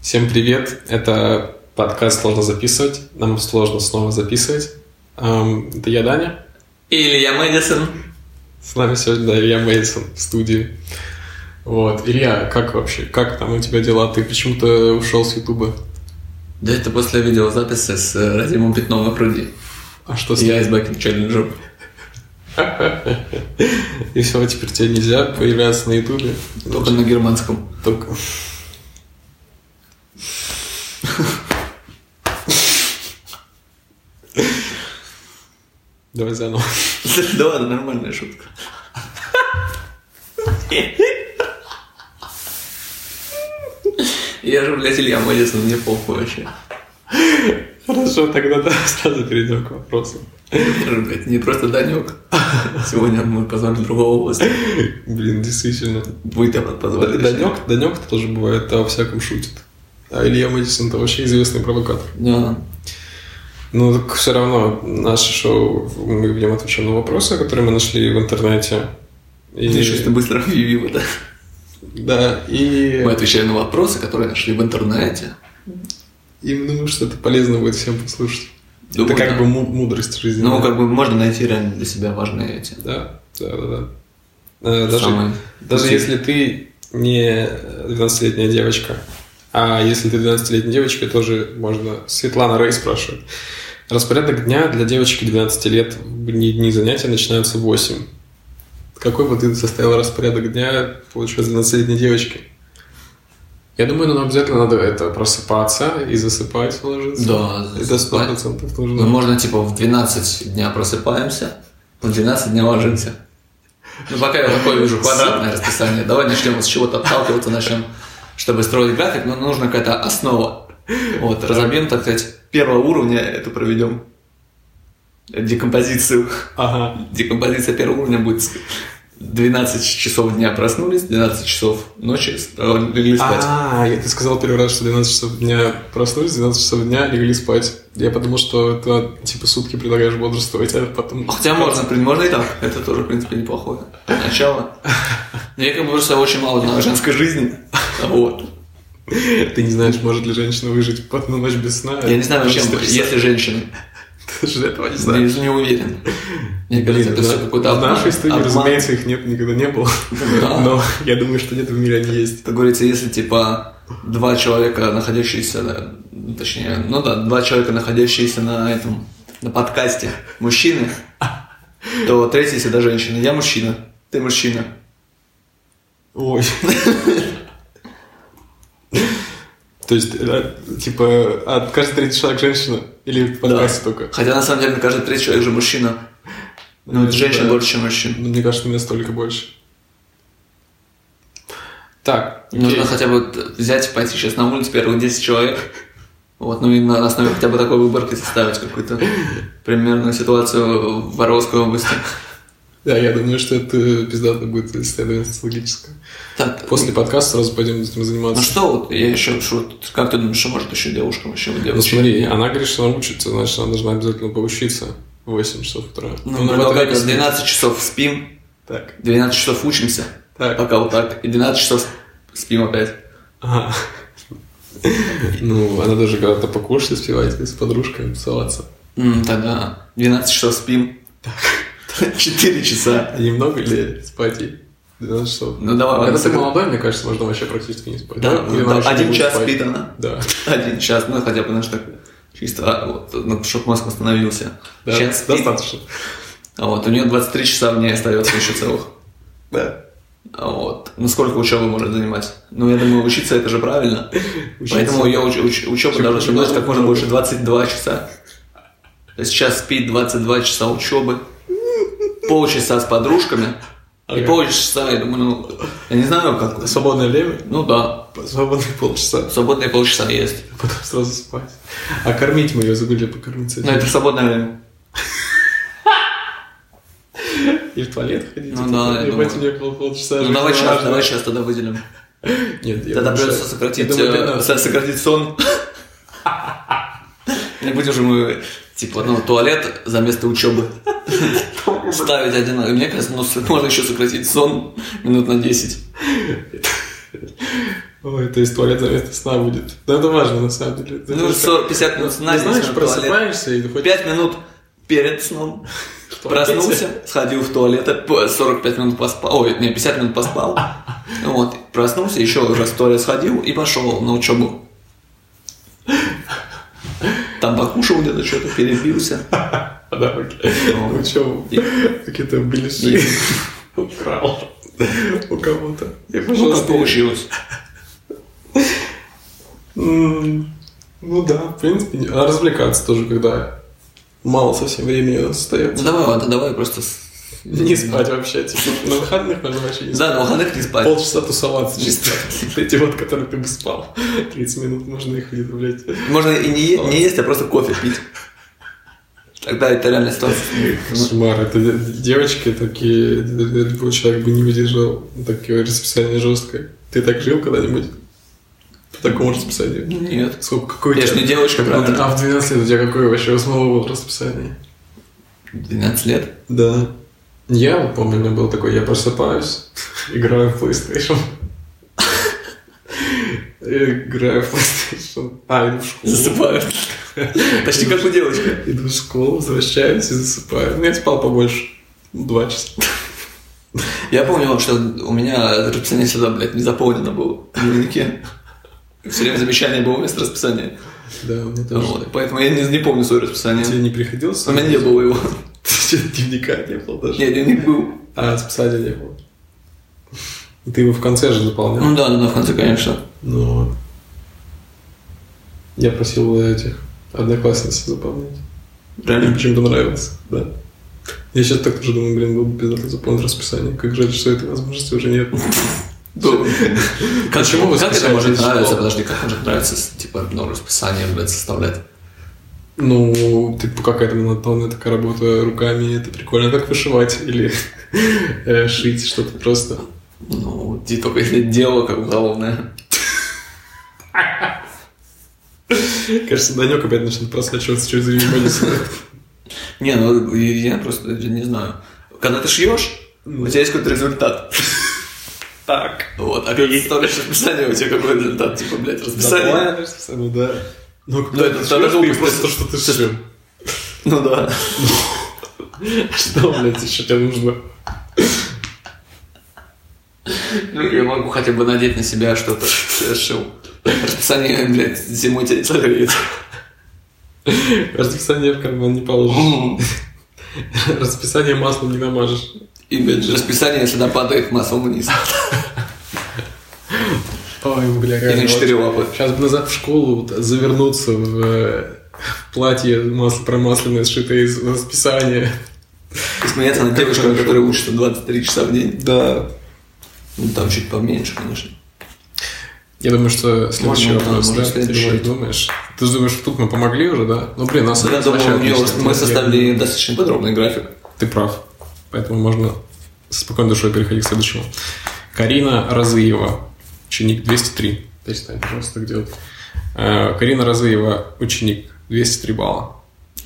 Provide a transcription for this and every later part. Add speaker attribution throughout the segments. Speaker 1: Всем привет! Это подкаст «Сложно записывать». Нам сложно снова записывать. Эм, Это я, Даня.
Speaker 2: И Илья Мэдисон.
Speaker 1: С нами сегодня да, Илья Мейсон в студии. Вот. Илья, как вообще? Как там у тебя дела? Ты почему-то ушел с Ютуба.
Speaker 2: Да это после видеозаписи с э, Радимом Пятном на пруде.
Speaker 1: А что с
Speaker 2: Я из Бакинг Челленджа.
Speaker 1: И все, теперь тебе нельзя появляться на Ютубе.
Speaker 2: Только на германском.
Speaker 1: Только... Давай заново.
Speaker 2: Да ладно, нормальная шутка. Я же, блядь, Илья Мэдисон, мне похуй вообще.
Speaker 1: Хорошо, тогда да, сразу перейдем к вопросу.
Speaker 2: Я же, блядь, не просто Данек. Сегодня мы позвали другого гостя.
Speaker 1: Блин, действительно.
Speaker 2: Вы там позвали.
Speaker 1: Данек, Данек тоже бывает, а во всяком шутит. А Илья Мэдисон это вообще известный провокатор.
Speaker 2: Да.
Speaker 1: Ну, так все равно, наше шоу, мы в нем отвечаем на вопросы, которые мы нашли в интернете. И,
Speaker 2: Ты что-то быстро объявил это.
Speaker 1: да, и
Speaker 2: Мы отвечаем на вопросы, которые нашли в интернете.
Speaker 1: им думаю, что это полезно будет всем послушать.
Speaker 2: Думаю,
Speaker 1: это как
Speaker 2: да.
Speaker 1: бы му- мудрость жизни.
Speaker 2: Ну, как бы можно найти реально для себя важные эти.
Speaker 1: Да, да, да, да. Э, Даже,
Speaker 2: самые
Speaker 1: даже
Speaker 2: пути.
Speaker 1: если ты не 12-летняя девочка, а если ты 12-летняя девочка, тоже можно... Светлана Рэй спрашивает. Распорядок дня для девочки 12 лет в дни, дни занятия начинаются в 8. Какой бы ты составил распорядок дня, получается, 12-летней девочки? Я думаю, нам обязательно надо это просыпаться и засыпать ложиться.
Speaker 2: Да,
Speaker 1: Это
Speaker 2: засыпать.
Speaker 1: 100% нужно.
Speaker 2: Ну, можно, типа, в 12 дня просыпаемся, в 12 дня ложимся. Ну, пока я такое вижу квадратное расписание. Давай начнем с чего-то отталкиваться, начнем, чтобы строить график, но нужна какая-то основа. Вот, разобьем, так сказать, первого уровня это проведем. Декомпозицию.
Speaker 1: Ага.
Speaker 2: Декомпозиция первого уровня будет с- 12 часов дня проснулись, 12 часов ночи с- э, легли спать.
Speaker 1: А, я ты сказал первый раз, что 12 часов дня проснулись, 12 часов дня легли спать. Я подумал, что ты типа сутки предлагаешь бодрствовать, а потом...
Speaker 2: Ну, Хотя можно, в принципе, можно и так. Это тоже, в принципе, неплохое начало. Но Я как бы просто очень мало знаю о женской жизни. Вот.
Speaker 1: Ты не знаешь, может ли женщина выжить под ночь без сна.
Speaker 2: Я не знаю, вообще,
Speaker 1: 24 часа.
Speaker 2: если женщины.
Speaker 1: Ты же этого не
Speaker 2: Я
Speaker 1: знаешь.
Speaker 2: не уверен. Мне кажется,
Speaker 1: Блин,
Speaker 2: это
Speaker 1: да.
Speaker 2: все какой-то
Speaker 1: В
Speaker 2: обман.
Speaker 1: нашей студии,
Speaker 2: Обман.
Speaker 1: разумеется, их нет, никогда не было.
Speaker 2: Да.
Speaker 1: Но я думаю, что где-то в мире они есть.
Speaker 2: Как говорится, если, типа, два человека, находящиеся, на- точнее, ну да, два человека, находящиеся на этом, на подкасте, мужчины, то третий всегда женщина. Я мужчина, ты мужчина.
Speaker 1: Ой. То есть, э, типа, а каждый третий человек женщина? Или в подкасте только?
Speaker 2: Хотя, на самом деле, каждый третий человек же мужчина. Ну,
Speaker 1: Да.
Speaker 2: женщин больше, чем мужчин.
Speaker 1: Ну, мне кажется, меня столько больше. Так, окей.
Speaker 2: Нужно хотя бы вот взять и пойти сейчас на улицу первых 10 человек. Вот, ну и на основе хотя бы такой выборки составить какую-то примерную ситуацию в Воровской области.
Speaker 1: Да, я думаю, что это пиздато будет исследование социологическое.
Speaker 2: Так,
Speaker 1: После подкаста сразу пойдем этим
Speaker 2: ну
Speaker 1: заниматься.
Speaker 2: что вот, я еще, что, вот, как ты думаешь, что может еще девушка вообще вот
Speaker 1: Ну,
Speaker 2: девушка?
Speaker 1: смотри, она говорит, что она учится, значит, она должна обязательно поучиться в 8 часов утра.
Speaker 2: Ну,
Speaker 1: Ну,
Speaker 2: мы
Speaker 1: в это
Speaker 2: предлагаем
Speaker 1: время
Speaker 2: 12 часов спим,
Speaker 1: Так,
Speaker 2: 12 часов учимся,
Speaker 1: так.
Speaker 2: пока вот так, и 12 часов спим опять.
Speaker 1: Ага. Ну, она даже когда-то покушать успевает и с подружкой тусоваться.
Speaker 2: М, Тогда 12 часов спим, 4 часа.
Speaker 1: А немного ли спать ей? 12 часов.
Speaker 2: Ну, давай,
Speaker 1: Когда
Speaker 2: ладно,
Speaker 1: ты
Speaker 2: давай.
Speaker 1: молодой, мне кажется, можно вообще практически не спать.
Speaker 2: Да,
Speaker 1: Или
Speaker 2: да,
Speaker 1: она еще не
Speaker 2: один
Speaker 1: будет
Speaker 2: час
Speaker 1: спать.
Speaker 2: спит она.
Speaker 1: Да.
Speaker 2: Один час, ну хотя бы, знаешь, так чисто, а, вот, ну, чтобы мозг восстановился.
Speaker 1: Да,
Speaker 2: час спит,
Speaker 1: достаточно.
Speaker 2: а вот, у нее 23 часа в ней остается еще целых.
Speaker 1: Да.
Speaker 2: А вот, ну сколько учеба может занимать? Ну, я думаю, учиться это же правильно.
Speaker 1: Учиться.
Speaker 2: Поэтому ее уч- уч- учеба
Speaker 1: Учеба
Speaker 2: должна
Speaker 1: очень
Speaker 2: занимать как
Speaker 1: много.
Speaker 2: можно больше 22 часа. То есть сейчас спит 22 часа учебы, полчаса с подружками, и
Speaker 1: Ага.
Speaker 2: полчаса, я думаю, ну, я не знаю, как.
Speaker 1: Свободное время,
Speaker 2: Ну да,
Speaker 1: свободные полчаса,
Speaker 2: свободные полчаса есть.
Speaker 1: а потом сразу спать. А кормить мы ее забыли покормить.
Speaker 2: Но
Speaker 1: кстати.
Speaker 2: Ну, это свободное время.
Speaker 1: И в туалет ходить.
Speaker 2: Ну да, я
Speaker 1: Ебать, у
Speaker 2: думаю.
Speaker 1: нее было полчаса.
Speaker 2: Ну
Speaker 1: жизни
Speaker 2: давай сейчас,
Speaker 1: важно.
Speaker 2: давай сейчас тогда выделим.
Speaker 1: Нет, я
Speaker 2: Тогда
Speaker 1: думаю,
Speaker 2: придется
Speaker 1: что-
Speaker 2: сократить,
Speaker 1: я думаю,
Speaker 2: э,
Speaker 1: 12.
Speaker 2: со- сократить сон. Не будем же мы, типа, ну, туалет за место учебы ставить один. Мне кажется, ну, с- можно еще сократить сон минут на 10.
Speaker 1: Ой, то есть туалет за место сна будет. Но это важно, на самом деле. Это
Speaker 2: Ну,
Speaker 1: же как-
Speaker 2: 40-50 минут сна,
Speaker 1: Ты
Speaker 2: здесь
Speaker 1: знаешь,
Speaker 2: на туалет.
Speaker 1: просыпаешься и ты хоть...
Speaker 2: 5 минут перед сном.
Speaker 1: туалете.
Speaker 2: Типа, Проснулся, сходил в туалет, э, опять 45 минут поспал, ой, не, 50 минут поспал. Ну Вот, проснулся, еще уже в туалет сходил и пошел на учебу. Там покушал где-то что-то, перебился.
Speaker 1: А, да, окей.
Speaker 2: Ну.
Speaker 1: Ну, чё,
Speaker 2: И-
Speaker 1: какие-то
Speaker 2: И
Speaker 1: беляши украл у кого-то. Я
Speaker 2: ну,
Speaker 1: пошел
Speaker 2: как
Speaker 1: спать.
Speaker 2: получилось.
Speaker 1: М, Ну да, в принципе, не- а развлекаться тоже, когда мало совсем времени у нас
Speaker 2: Ну,
Speaker 1: остается.
Speaker 2: давай, ладно, давай просто... с-
Speaker 1: Не спать вообще, типа, на выходных можно вообще не спать.
Speaker 2: Да, на выходных не спать.
Speaker 1: Полчаса тусоваться чисто. Вот Эти вот, которые ты бы спал. 30 минут можно их блядь.
Speaker 2: Можно и не, е- не есть, а просто кофе пить. Тогда это реально ситуация.
Speaker 1: Кошмар. Это де- девочки такие, любой человек бы не выдержал такое расписание жесткое. Ты так жил когда-нибудь? По такому расписанию?
Speaker 2: Нет.
Speaker 1: Сколько, какой
Speaker 2: Я
Speaker 1: у
Speaker 2: ж
Speaker 1: тебя-
Speaker 2: не девочка,
Speaker 1: Ну,
Speaker 2: правда?
Speaker 1: А в 12 лет у тебя какое вообще основное было расписание?
Speaker 2: 12 лет.
Speaker 1: Да. Я вот помню, у меня был такой, я просыпаюсь, играю в PlayStation. Играю в PlayStation. А, иду в школу.
Speaker 2: Засыпаю. Почти как у девочки.
Speaker 1: Иду в школу, возвращаюсь и засыпаю. Ну, я спал побольше. Ну, Два часа.
Speaker 2: Я помню, что у меня расписание всегда, блядь, не заполнено было в дневнике. Все время замечание было вместо расписания.
Speaker 1: Да, у меня тоже.
Speaker 2: Вот, Поэтому я не, не помню свое расписание.
Speaker 1: Тебе не приходилось?
Speaker 2: У меня не было его.
Speaker 1: Дневника не было даже.
Speaker 2: Нет, дневник был.
Speaker 1: А, расписания не было. И Ты его в конце же заполнял.
Speaker 2: Ну да, ну да, в конце, конечно.
Speaker 1: Ну вот. Я просил этих одноклассниц заполнять. Мне
Speaker 2: Реально.
Speaker 1: почему-то нравилось, да. Я сейчас так тоже думаю, блин, было бы пиздато заполнить расписание. Как жаль, что этой возможности уже нет.
Speaker 2: Да. Как,
Speaker 1: Почему вы
Speaker 2: как это
Speaker 1: скачали
Speaker 2: может
Speaker 1: из
Speaker 2: нравиться?
Speaker 1: школы?
Speaker 2: Подожди, как может нравиться, с- типа, одно расписание, блядь, составлять?
Speaker 1: Ну, типа, какая-то монотонная такая работа руками, это прикольно, как вышивать или э, шить что-то просто.
Speaker 2: Ну, ты только если дело как уголовное.
Speaker 1: Кажется, Данек опять начнет просачиваться через Вильямонис.
Speaker 2: Не, ну я просто не знаю. Когда ты шьешь, у тебя есть какой-то результат.
Speaker 1: Так.
Speaker 2: Вот, а когда ты составляешь расписание, у тебя какой результат? Типа, блядь, расписание.
Speaker 1: Запланишь, ну да. Ну,
Speaker 2: Ну, это
Speaker 1: когда ты
Speaker 2: тогда
Speaker 1: шьёшь,
Speaker 2: долго
Speaker 1: ты просто то, что ты шил.
Speaker 2: Ну да.
Speaker 1: Что, блядь, еще тебе нужно?
Speaker 2: Ну, я могу хотя бы надеть на себя что-то, что я шил. Расписание, блядь, зимой тебя не согреет.
Speaker 1: Расписание в карман не положишь. Расписание маслом не намажешь.
Speaker 2: И, блядь, расписание всегда падает маслом вниз.
Speaker 1: Ой, бля,
Speaker 2: И на
Speaker 1: реально,
Speaker 2: четыре лапы.
Speaker 1: Сейчас бы назад в школу вот завернуться в э, платье масло промасленное, сшитое из расписания.
Speaker 2: И смеяться над девушкой,
Speaker 1: хорошо.
Speaker 2: которая учится 23 часа в день.
Speaker 1: Да.
Speaker 2: Ну, там чуть поменьше, конечно.
Speaker 1: Я думаю, что следующий
Speaker 2: Можно, да,
Speaker 1: вопрос,
Speaker 2: можно
Speaker 1: да? Ты
Speaker 2: следующий.
Speaker 1: же думаешь? Ты же думаешь, что тут мы помогли уже, да? Ну, блин, нас
Speaker 2: Я думаю, у нее мы составили достаточно подробный график.
Speaker 1: Ты прав. Поэтому можно со спокойной душой переходить к следующему. Карина Разыева, ученик 203. Перестань, пожалуйста, где Карина Разыева, ученик 203 балла.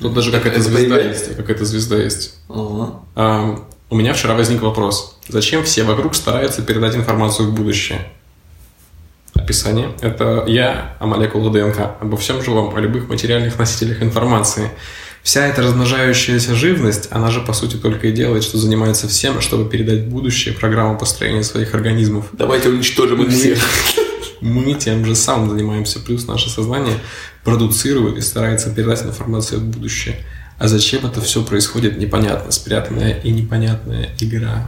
Speaker 1: Тут даже какая-то
Speaker 2: Это
Speaker 1: звезда
Speaker 2: появляется?
Speaker 1: есть. Какая-то звезда есть.
Speaker 2: Ага.
Speaker 1: Ам, А, У меня вчера возник вопрос. Зачем все вокруг стараются передать информацию в будущее? Описание. Это я о молекулах ДНК, обо всем живом, о любых материальных носителях информации. Вся эта размножающаяся живность, она же по сути только и делает, что занимается всем, чтобы передать в будущее программу построения своих организмов.
Speaker 2: Давайте уничтожим их
Speaker 1: Мы-
Speaker 2: всех.
Speaker 1: Мы тем же самым занимаемся, плюс наше сознание продуцирует и старается передать информацию в будущее. А зачем это все происходит, непонятно. Спрятанная и непонятная игра.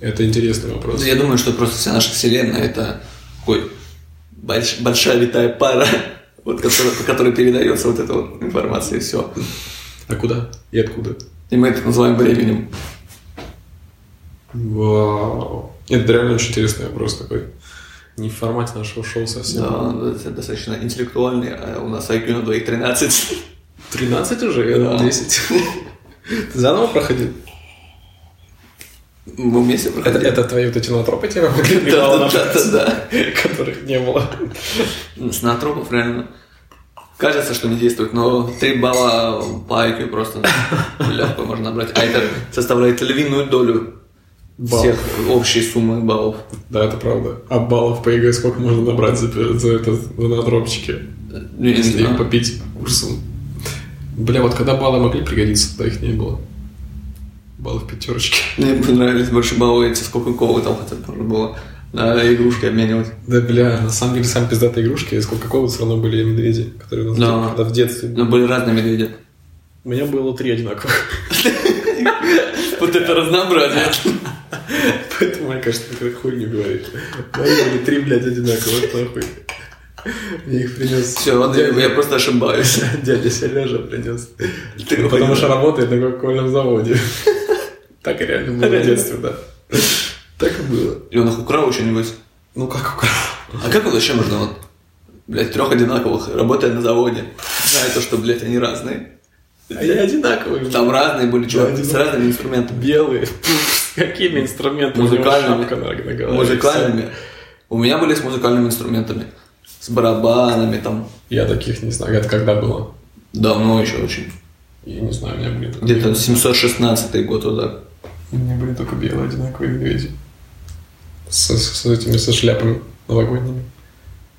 Speaker 1: Это интересный вопрос.
Speaker 2: Ну, Я думаю, что просто вся наша вселенная это такой больш- большая витая пара, вот, которая, по которой передается вот эта вот информация и все.
Speaker 1: А куда? И откуда?
Speaker 2: И мы это называем временем.
Speaker 1: Вау. Это реально очень интересный вопрос такой. Не в формате нашего шоу совсем.
Speaker 2: Да, это достаточно интеллектуальный, а у нас IQ на двоих 13.
Speaker 1: 13 уже? Я думал,
Speaker 2: Да.
Speaker 1: 10. Ты заново проходил?
Speaker 2: Мы вместе
Speaker 1: Это,
Speaker 2: проходили.
Speaker 1: это твои вот эти натропы тебя
Speaker 2: Да, да, да, да.
Speaker 1: которых не было.
Speaker 2: да. Снотропов реально кажется, что не действует, но 3 балла по IQ просто легко можно набрать. А это составляет львиную долю
Speaker 1: Баллов.
Speaker 2: всех общей суммы баллов.
Speaker 1: Да, это правда. А баллов по ЕГЭ сколько можно набрать за, за этот на дропчике?
Speaker 2: Ну, я не
Speaker 1: Если их
Speaker 2: знаю.
Speaker 1: попить курсом. Бля, вот когда баллы могли пригодиться, да их не было. Баллы в пятерочке.
Speaker 2: Мне понравились больше баллы эти, сколько колы там хотя бы было. На игрушки обменивать.
Speaker 1: Да, бля, на самом деле, сам пиздатые игрушки, из Кока-Колы все равно были медведи, которые у нас
Speaker 2: Да.
Speaker 1: когда в детстве.
Speaker 2: Но были разные медведи.
Speaker 1: У меня было три одинаковых.
Speaker 2: Вот это разнообразие.
Speaker 1: Поэтому, мне кажется, такая хуйня говорит. Мои были три, блядь, одинаковых, нахуй. Мне их принес...
Speaker 2: Все, ладно, я, я просто ошибаюсь.
Speaker 1: Дядя Сережа принес.
Speaker 2: Ты
Speaker 1: Потому
Speaker 2: понял.
Speaker 1: что работает на кока заводе. Так реально было в
Speaker 2: Реально.
Speaker 1: детстве, да. Так и было.
Speaker 2: И он их украл что-нибудь.
Speaker 1: Ну как украл?
Speaker 2: А как вообще можно вот, блядь, трех одинаковых, работая на заводе, зная то, что, блядь, они разные.
Speaker 1: Они одинаковые.
Speaker 2: Там разные были чуваки с
Speaker 1: одинаковые.
Speaker 2: разными инструментами.
Speaker 1: белые. Какими инструментами? у него
Speaker 2: Музыкальными.
Speaker 1: шапка на- на голове,
Speaker 2: Музыкальными. У меня были с музыкальными инструментами. С барабанами там.
Speaker 1: всё. Я таких не знаю. Это когда было?
Speaker 2: Давно еще очень.
Speaker 1: Я не знаю, у меня были только
Speaker 2: Где-то 716 год вот так.
Speaker 1: У меня были только белые одинаковые медведи. С, с- с этими, со шляпами новогодними.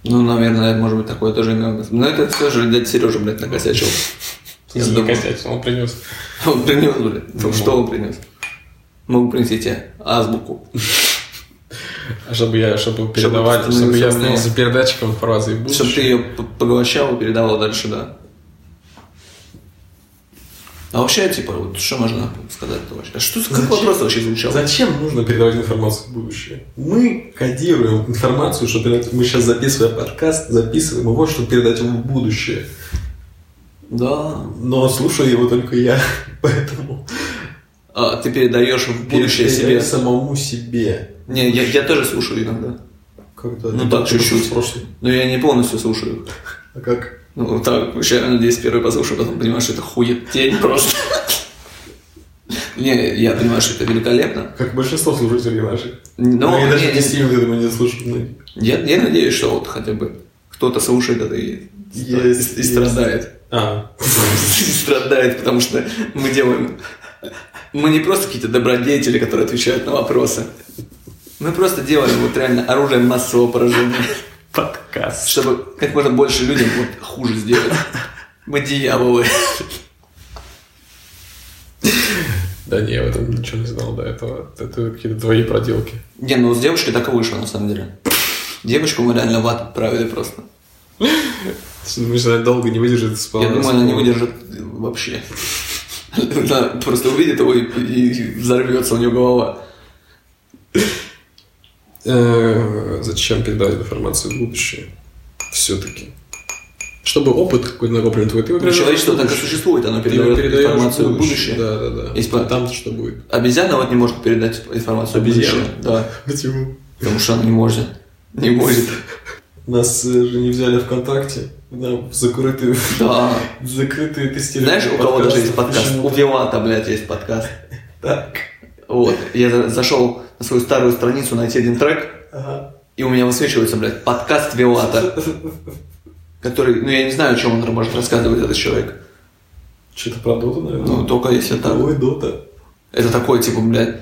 Speaker 2: Ну, наверное, может быть, такое тоже имел. Но это все же дядя Сережа, блядь, накосячил. Я
Speaker 1: Я
Speaker 2: думаю.
Speaker 1: косячил, он принес.
Speaker 2: Он принес, блядь. Ну, Что он принес? Мог принести тебе азбуку.
Speaker 1: А чтобы я, чтобы передавали, чтобы,
Speaker 2: становился
Speaker 1: я
Speaker 2: умнее.
Speaker 1: становился передатчиком фразы и
Speaker 2: Чтобы ты
Speaker 1: будущее.
Speaker 2: ее п- поглощал и передавал дальше, да. А вообще, типа, вот что можно сказать-то вообще? А что, как
Speaker 1: Зачем?
Speaker 2: вопрос вообще звучал?
Speaker 1: Зачем нужно передавать информацию в будущее? Мы кодируем информацию, что передать- мы сейчас записываем подкаст, записываем его, чтобы передать его в будущее.
Speaker 2: Да.
Speaker 1: Но слушаю его только я, поэтому
Speaker 2: А, ты передаешь в будущее себе.
Speaker 1: передаю самому себе.
Speaker 2: Не, я, я тоже слушаю иногда.
Speaker 1: Как-то
Speaker 2: Ну,
Speaker 1: ты
Speaker 2: так,
Speaker 1: только
Speaker 2: чуть-чуть.
Speaker 1: в прошлом.
Speaker 2: Но я не полностью слушаю.
Speaker 1: А как?
Speaker 2: Ну, вот так, вообще, я надеюсь, первый послушаю, потом понимаешь, что это хуетень просто. Не, я понимаю, что это великолепно.
Speaker 1: Как большинство служителей наших.
Speaker 2: Но
Speaker 1: Ну, я даже
Speaker 2: не- не-
Speaker 1: 10 минут этому не слушаю. Ну,
Speaker 2: я, я надеюсь, что вот хотя бы кто-то слушает это и,
Speaker 1: Есть,
Speaker 2: и
Speaker 1: есть.
Speaker 2: страдает.
Speaker 1: А,
Speaker 2: и страдает, потому что мы делаем... Мы не просто какие-то добродетели, которые отвечают на вопросы. Мы просто делаем вот реально оружие массового поражения,
Speaker 1: подкаст.
Speaker 2: чтобы как можно больше людям вот хуже сделать. Мы дьяволы.
Speaker 1: Да не, я в этом ничего не знал до этого. Это какие-то твои проделки.
Speaker 2: Не, ну с девушкой так и вышло, на самом деле. Девочку мы реально в ад отправили просто.
Speaker 1: Думаешь, она долго не выдержит
Speaker 2: Я думаю, она не выдержит вообще. Она просто увидит его и, и взорвется у нее голова.
Speaker 1: Э, Зачем передавать информацию в будущее? Все-таки. Чтобы опыт какой-то накоплен твой, ты его
Speaker 2: Ну,
Speaker 1: передаешь
Speaker 2: человечество
Speaker 1: в
Speaker 2: так и
Speaker 1: будущее.
Speaker 2: существует, оно
Speaker 1: Ты его
Speaker 2: передает
Speaker 1: передаешь
Speaker 2: информацию в будущее.
Speaker 1: Да, да, да.
Speaker 2: Если по-
Speaker 1: А там что будет?
Speaker 2: Обезьяна вот не может передать информацию в
Speaker 1: Обезьяна?
Speaker 2: будущее. Да,
Speaker 1: Почему?
Speaker 2: потому что она не может. Не может.
Speaker 1: Нас э, же не взяли ВКонтакте. Нам в закрытые,
Speaker 2: Да.
Speaker 1: в закрытые тестирования.
Speaker 2: Знаешь, у кого
Speaker 1: подкаста.
Speaker 2: даже есть подкаст? У
Speaker 1: Почему?
Speaker 2: Вилата, блядь, есть подкаст.
Speaker 1: Так.
Speaker 2: Вот. Я за- зашел на свою старую страницу найти один трек,
Speaker 1: Ага.
Speaker 2: и у меня высвечивается, блядь, подкаст Вилата, который, ну я не знаю, о чем он может рассказывать этот человек.
Speaker 1: Что-то про Доту, наверное.
Speaker 2: Ну, только если так.
Speaker 1: Ой, Дота.
Speaker 2: Это такое, типа, блядь,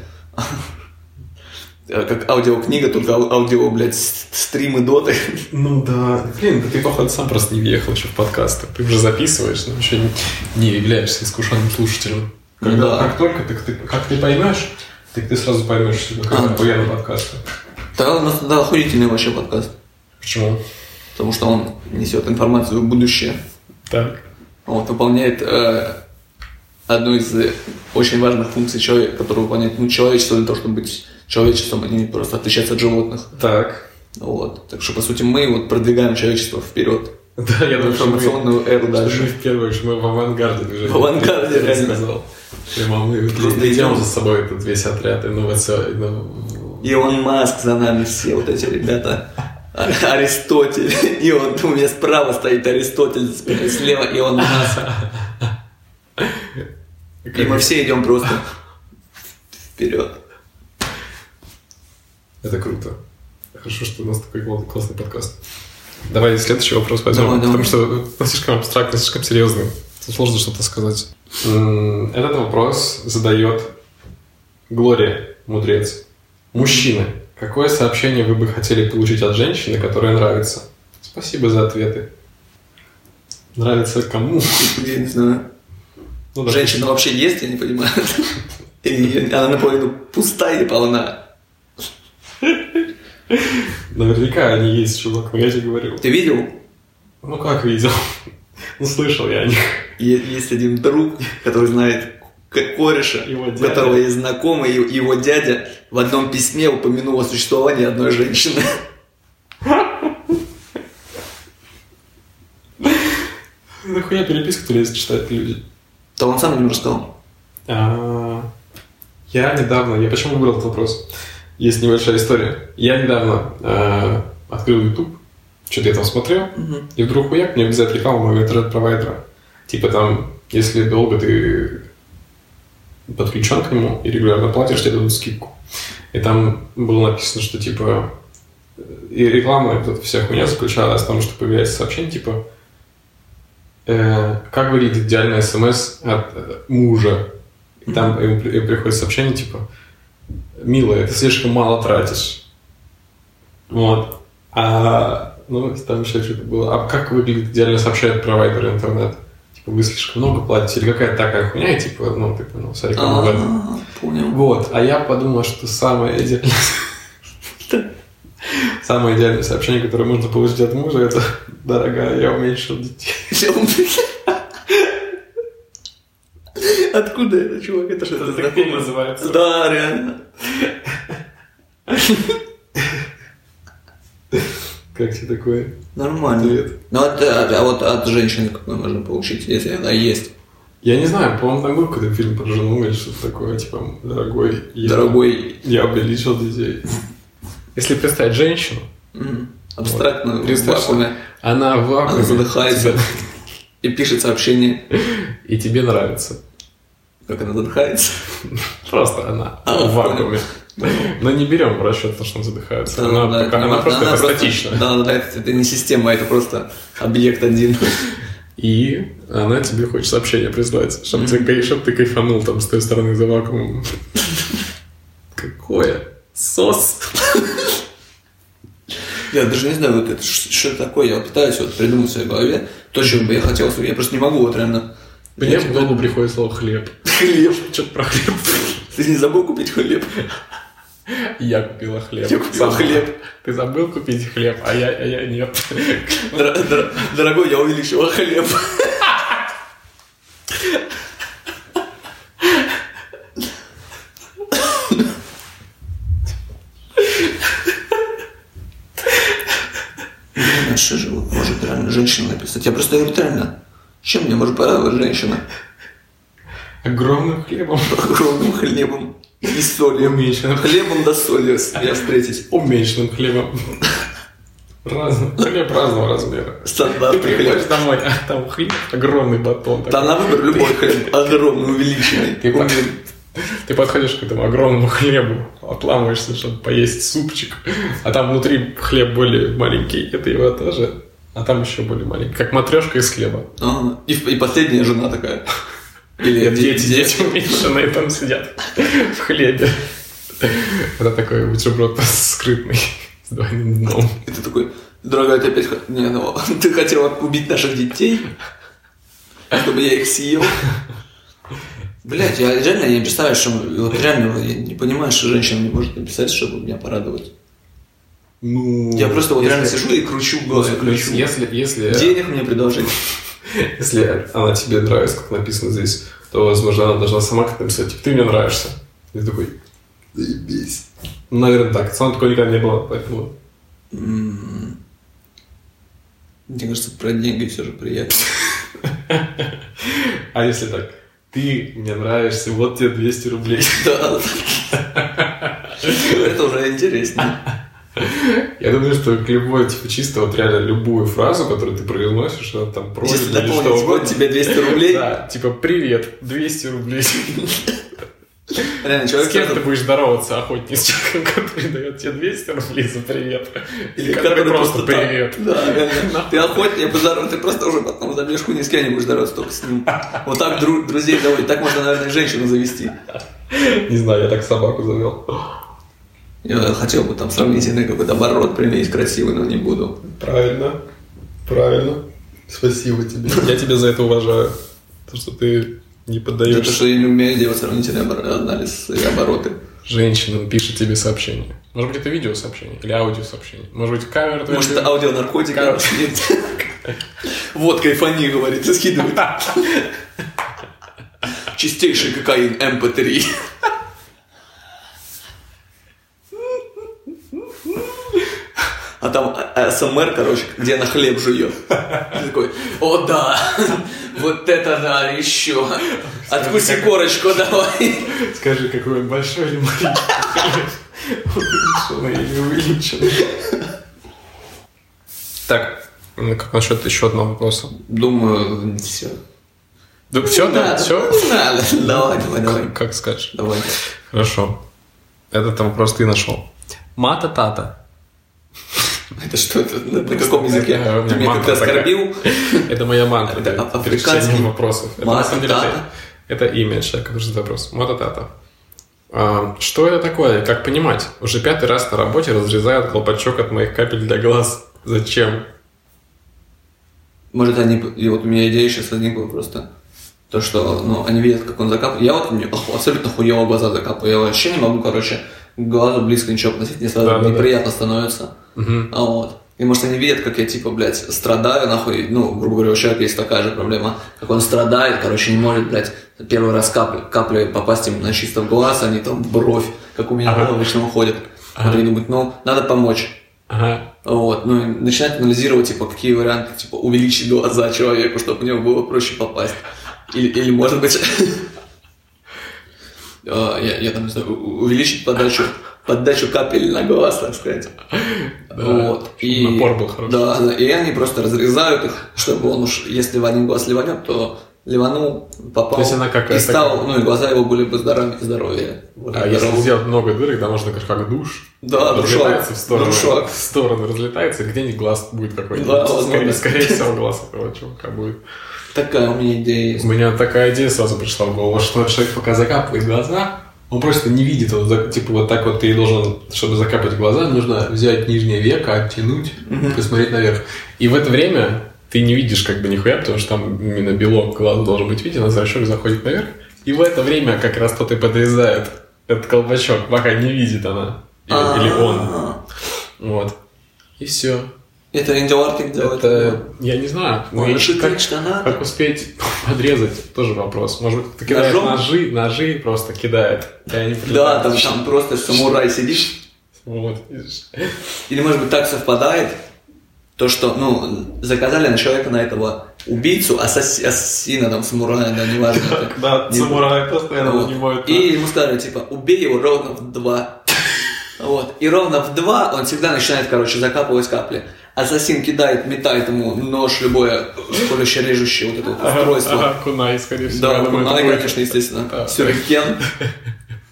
Speaker 2: как аудиокнига, только ау- аудио, блядь, с- стримы доты.
Speaker 1: Ну да. Блин, да ты, походу, сам просто не въехал еще в подкасты. Ты уже записываешь, но еще не, не являешься искушенным слушателем. Когда,
Speaker 2: Да.
Speaker 1: Как только ты, ты- как ты поймешь, так ты сразу поймешь, что
Speaker 2: А.
Speaker 1: это охуенный подкаст.
Speaker 2: Да, у нас да, охуительный вообще подкаст.
Speaker 1: Почему?
Speaker 2: Потому что он несет информацию в будущее.
Speaker 1: Так.
Speaker 2: Он вот выполняет э, одну из э, очень важных функций человека, которую выполняет ну, человечество для того, чтобы быть человечеством, а не просто отличаться от животных.
Speaker 1: Так.
Speaker 2: Вот. Так что, по сути, мы вот продвигаем человечество вперед.
Speaker 1: Да, я
Speaker 2: В
Speaker 1: думаю, что мы-
Speaker 2: информационную эру
Speaker 1: Да,
Speaker 2: дальше.
Speaker 1: мы в первую очередь, мы в авангарде движения.
Speaker 2: В авангарде,
Speaker 1: Я
Speaker 2: реально.
Speaker 1: сказал. Прямо мы
Speaker 2: Просто
Speaker 1: просто идем
Speaker 2: идём.
Speaker 1: за собой этот весь отряд ну инноваций. иннов-
Speaker 2: Илон Маск за нами все вот эти ребята. А- Аристотель. И он у меня справа стоит Аристотель, за спиной, слева Илон Маск. И мы все идем просто вперед.
Speaker 1: Это круто. Хорошо, что у нас такой гол- классный подкаст. Давай следующий вопрос возьмем,
Speaker 2: Давай, давай.
Speaker 1: потому что он слишком абстрактный, слишком серьезный. Тут сложно что-то сказать. М, Этот вопрос задает Глория Мудрец. Мужчины, какое сообщение вы бы хотели получить от женщины, которая нравится? Спасибо за ответы. Нравится кому?
Speaker 2: Я не знаю.
Speaker 1: Ну да.
Speaker 2: Женщина вообще есть, я не понимаю. Или она наполовину пуста или полна?
Speaker 1: Наверняка они есть, чувак, но я тебе говорю.
Speaker 2: Ты видел?
Speaker 1: Ну как видел? Ну слышал я о них.
Speaker 2: Е- Есть один друг, который знает к- кореша,
Speaker 1: Его
Speaker 2: у
Speaker 1: дядя.
Speaker 2: которого есть знакомый, и его дядя в одном письме упомянул о существовании одной женщины.
Speaker 1: Нахуя переписку-то лезет читать люди?
Speaker 2: То он сам ему рассказал.
Speaker 1: А, Я недавно, я почему выбрал этот вопрос? Есть небольшая история. Я недавно э, открыл YouTube, что-то я там смотрел, и вдруг хуяк, мне влезает реклама моего интернет-провайдера. Типа там, если долго ты подключен к нему и регулярно платишь, тебе дадут скидку. И там было написано, что типа... э, И реклама, и вот эта вся хуйня заключалась в том, что появляется сообщение, типа... э, как выглядит идеальный смс от э, мужа? И там ему при- приходит сообщение, типа... Милая, ты слишком мало тратишь. Вот. А, ну, там еще что-то было. А как выглядит идеально сообщает провайдер интернет? Типа, вы слишком много платите или какая-то такая хуйня, и типа, ну, ты понял, вся реклама в этом.
Speaker 2: А, Понял.
Speaker 1: Вот, а я подумал, что самое идеальное... Самое идеальное сообщение, которое можно получить от мужа, это «Дорогая, я уменьшил детей».
Speaker 2: Откуда это, чувак? Это что-то знакомое.
Speaker 1: называется.
Speaker 2: Да, реально.
Speaker 1: Как тебе такое?
Speaker 2: Нормально.
Speaker 1: Ответ.
Speaker 2: Ну, от- от- а вот от женщины как мы можем получить, если она есть?
Speaker 1: Я не знаю, по-моему, там был какой-то фильм про жену или что-то такое, типа, дорогой, я,
Speaker 2: Дорогой,
Speaker 1: я увеличил детей. Если представить женщину,
Speaker 2: м, абстрактную, в
Speaker 1: Представь, что-
Speaker 2: вакууме,
Speaker 1: она в вакууме
Speaker 2: она задыхается
Speaker 1: тебя-
Speaker 2: и пишет сообщение
Speaker 1: и тебе нравится.
Speaker 2: Как она задыхается?
Speaker 1: Просто она
Speaker 2: А,
Speaker 1: в вакууме. Но не берем в расчет то, что он задыхается. Она,
Speaker 2: Да,
Speaker 1: пока-
Speaker 2: да,
Speaker 1: она
Speaker 2: да,
Speaker 1: просто
Speaker 2: она
Speaker 1: это статично.
Speaker 2: Да, да, да, это, это не система, это просто объект один.
Speaker 1: И она тебе хочет сообщение прислать, чтобы, ты, кай- чтоб ты кайфанул там с той стороны за вакуумом. Какое? Сос.
Speaker 2: Я даже не знаю, вот это ш- что это такое, я вот пытаюсь вот придумать в своей голове то, чего бы я хотел, я просто не могу вот реально. типа,
Speaker 1: Мне в голову приходит слово хлеб.
Speaker 2: Хлеб.
Speaker 1: Что-то про хлеб.
Speaker 2: Ты не забыл купить хлеб?
Speaker 1: Я купила хлеб.
Speaker 2: Я
Speaker 1: Сама.
Speaker 2: купила хлеб.
Speaker 1: Ты забыл купить хлеб, а я, а я нет.
Speaker 2: Дор- дор- Дорогой, я увеличила хлеб. Блин, а Что же вот может реально женщина написать? Я просто говорю, реально, чем мне может порадовать женщина?
Speaker 1: Огромным хлебом.
Speaker 2: Огромным хлебом и солью.
Speaker 1: Уменьшенным
Speaker 2: Хлебом да солью с- я встретить.
Speaker 1: уменьшенным хлебом. Разным. Хлеб разного размера. Ты
Speaker 2: Стандартный хлеб.
Speaker 1: приходишь домой, а там хлеб, огромный батон.
Speaker 2: Да
Speaker 1: такой.
Speaker 2: на выбор любой хлеб, огромный, увеличенный.
Speaker 1: Ты, под- ты подходишь к этому огромному хлебу, отламываешься, чтобы поесть супчик, а там внутри хлеб более маленький, и ты его тоже, а там еще более маленький, как матрешка из хлеба.
Speaker 2: Ага. А, И, и последняя жена такая.
Speaker 1: И
Speaker 2: Или
Speaker 1: дети, дети уменьшенные там сидят в хлебе. Это такой бутерброд скрытный, с двойным дном.
Speaker 2: И ты такой, дорогая, ты опять... х- Не, ну, ты хотела убить наших детей, чтобы я их съел. Блять, я реально не представляю, что... Вот реально, вот я не понимаю, что женщина не может написать, чтобы меня порадовать.
Speaker 1: Ну,
Speaker 2: Я просто вот реально сижу и кручу в голове, кручу.
Speaker 1: Если, если,
Speaker 2: Денег мне предложить.
Speaker 1: Если она тебе нравится, как написано здесь, то, возможно, она должна сама как написать, типа, ты мне нравишься. И ты такой, заебись. Ну, наверное, так. Сам такой никогда не было, поэтому...
Speaker 2: М. М-м. Мне кажется, про деньги все же приятно.
Speaker 1: А если так? Ты мне нравишься, вот тебе 200 рублей.
Speaker 2: Да. Это уже интересно.
Speaker 1: Я думаю, что к любой, типа, чисто вот реально любую фразу, которую ты произносишь, она там просит
Speaker 2: Если
Speaker 1: или что
Speaker 2: дополнить, вот
Speaker 1: угодно.
Speaker 2: тебе 200 рублей.
Speaker 1: Да, типа, привет, 200 рублей.
Speaker 2: Реально, человек
Speaker 1: С кем ты
Speaker 2: сразу-
Speaker 1: будешь здороваться, охотник, с человеком, который дает тебе 200 рублей за привет?
Speaker 2: Или
Speaker 1: который
Speaker 2: который
Speaker 1: просто
Speaker 2: так.
Speaker 1: привет.
Speaker 2: Да, реально. Ты охотник, поздоров, ты просто уже потом забьешь хуй ни с кем не будешь здороваться только с ним. Вот так дру- друзей заводить. Так можно, наверное, и женщину завести.
Speaker 1: Не знаю, я так собаку завел.
Speaker 2: Я хотел бы там сравнительный какой-то оборот применить красивый, но не буду.
Speaker 1: Правильно. Правильно.
Speaker 3: Спасибо тебе.
Speaker 1: Я тебя за это уважаю. То, что ты не
Speaker 2: Это
Speaker 1: поддаешься.
Speaker 2: что я не умею делать сравнительный обор- анализ и обороты.
Speaker 1: Женщина пишет тебе сообщение. Может быть, это видео сообщение или аудио сообщение. Может быть, камера твоя
Speaker 2: Может,
Speaker 1: любимая?
Speaker 2: это аудио наркотика?
Speaker 1: Короче.
Speaker 2: Вот кайфани, говорит, и скидывает. Чистейший кокаин эм МП3. А там СМР, короче, где она хлеб жует. Ты такой, о да, вот это да, еще. Откуси корочку давай.
Speaker 1: Скажи, какой он большой или маленький. Уменьшенный или увеличенный. Так, ну, как насчет еще одного вопроса?
Speaker 2: Думаю, все.
Speaker 1: Да все, да, все?
Speaker 2: Не надо. Давай, давай, давай.
Speaker 1: Как скажешь.
Speaker 2: Давай.
Speaker 1: Хорошо. Этот вопрос ты нашел. Мата-тата.
Speaker 2: Это что это? На на каком языке?
Speaker 1: Да, у меня
Speaker 2: Ты меня
Speaker 1: мама
Speaker 2: как-то
Speaker 1: такая.
Speaker 2: оскорбил?
Speaker 1: Это моя мантра.
Speaker 2: Это
Speaker 1: перед- перед
Speaker 2: африканский?
Speaker 1: чтением вопросов. Это, на самом деле,
Speaker 2: Мата-тата?
Speaker 1: Это это имя человека, который задает вопрос. Мата-тата. А, Что это такое? Как понимать? Уже пятый раз на работе разрезают колпачок от моих капель для глаз. Зачем?
Speaker 2: Может, они... И вот у меня идея сейчас возникла просто. То, что, ну, они видят, как он закапывает. Я вот мне оху- абсолютно хуево глаза закапываю. Я вообще не могу, короче, к глазу близко ничего относить, не сразу
Speaker 1: Да, да, да.
Speaker 2: неприятно становится. А вот. И может они видят, как я типа, блядь, страдаю, нахуй, ну, грубо говоря, у человека есть такая же проблема, как он страдает, короче, не может, блядь, первый раз капли, капли попасть им на чисто в глаз, они там в бровь, как у меня глаза обычно уходят. Вот они думают, ну, надо помочь.
Speaker 1: Ага.
Speaker 2: Вот, ну и начинать анализировать, типа, какие варианты, типа, увеличить глаза человеку, чтобы в него было проще попасть. Или, или может быть, а, я, я там не знаю, у- увеличить подачу, подачу капель на глаз, так сказать. Вот. И,
Speaker 1: Напор был хороший.
Speaker 2: Да, да, и они просто разрезают их, чтобы он уж, если в один глаз ливанет, то ливанул, попал
Speaker 1: То есть она как-
Speaker 2: и стал, ну и глаза его были бы здоровее. здоровее.
Speaker 1: А если сделать много дырок, да можно как, как душ.
Speaker 2: Да,
Speaker 1: Он
Speaker 2: душок.
Speaker 1: разлетается в сторону.
Speaker 2: Душок.
Speaker 1: В сторону разлетается, и где-нибудь глаз будет какой-нибудь.
Speaker 2: Да,
Speaker 1: скорее,
Speaker 2: возможно.
Speaker 1: скорее всего, глаз этого чувака будет.
Speaker 2: Такая у меня идея есть.
Speaker 1: У меня такая идея сразу пришла в голову, что человек пока закапывает глаза, он просто не видит, он зак- типа вот так вот ты должен, чтобы закапать глаза, нужно взять нижнее веко, оттянуть, посмотреть наверх. И в это время ты не видишь как бы нихуя, потому что там именно белок глаз должен быть виден, а зрачок заходит наверх. И в это время как раз тот и подрезает этот колпачок, пока не видит она. Или, или он.
Speaker 2: А,
Speaker 1: Вот. И все.
Speaker 2: Это Энди Уартинг делает.
Speaker 1: Это, я не знаю. ну,
Speaker 2: Он
Speaker 1: и
Speaker 2: решит,
Speaker 1: как-
Speaker 2: конечно, надо.
Speaker 1: Как успеть подрезать, тоже вопрос. Может быть, кто-то кидает
Speaker 2: Ножом?
Speaker 1: ножи, ножи просто кидает. и они
Speaker 2: Да,
Speaker 1: прилетают.
Speaker 2: там, там просто самурай сидишь.
Speaker 1: Вот.
Speaker 2: Или, может быть, так совпадает, то, что, ну, заказали на человека на этого убийцу, асас- ассасина, там, самурая, да, неважно. это. Не-
Speaker 1: постоянно
Speaker 2: Вот. И ему сказали, типа, убей его ровно в два. Вот. И ровно в два он всегда начинает, короче, закапывать капли. Ассасин кидает, метает ему нож, любое колюще режущее вот это вот устройство.
Speaker 1: Ага, кунай, скорее всего.
Speaker 2: Да,
Speaker 1: я думаю,
Speaker 2: кунай,
Speaker 1: это будет.
Speaker 2: конечно, естественно.
Speaker 1: Да.
Speaker 2: Сюрикен.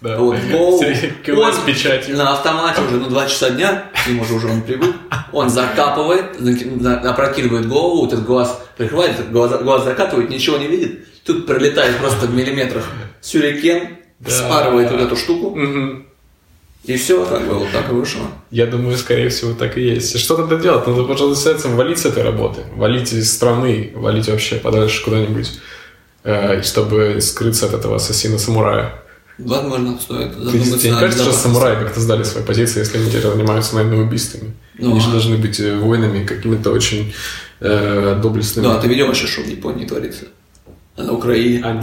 Speaker 1: Да.
Speaker 2: Вот, воу.
Speaker 1: Кунай
Speaker 2: Он
Speaker 1: с печатью.
Speaker 2: На автомате уже, ну, 2 часа дня, к нему же уже он прибыл, он закапывает, заки- на- опрокидывает голову, вот этот глаз прикрывает, глаз, глаз закатывает, ничего не видит, тут пролетает просто в миллиметрах сюрикен,
Speaker 1: Да.
Speaker 2: спарывает вот эту штуку,
Speaker 1: Мгм.
Speaker 2: и все, как бы, вот так и вышло.
Speaker 1: Я думаю, скорее всего, так и есть. И Что тогда делать? Надо, пожалуй, сердцем валить с этой работы, валить из страны, валить вообще подальше куда-нибудь, э, чтобы скрыться от этого ассасина-самурая.
Speaker 2: Возможно, стоит
Speaker 1: Ты
Speaker 2: задуматься.
Speaker 1: не- Тебе не кажется, что
Speaker 2: безопасности.
Speaker 1: самураи как-то сдали свои позиции, если они теперь занимаются наверное, убийствами?
Speaker 2: Ну,
Speaker 1: они же
Speaker 2: а-
Speaker 1: должны быть э, воинами какими-то очень э, доблестными.
Speaker 2: Да, ты видел вообще, что в Японии творится? А На Украине.
Speaker 1: Они-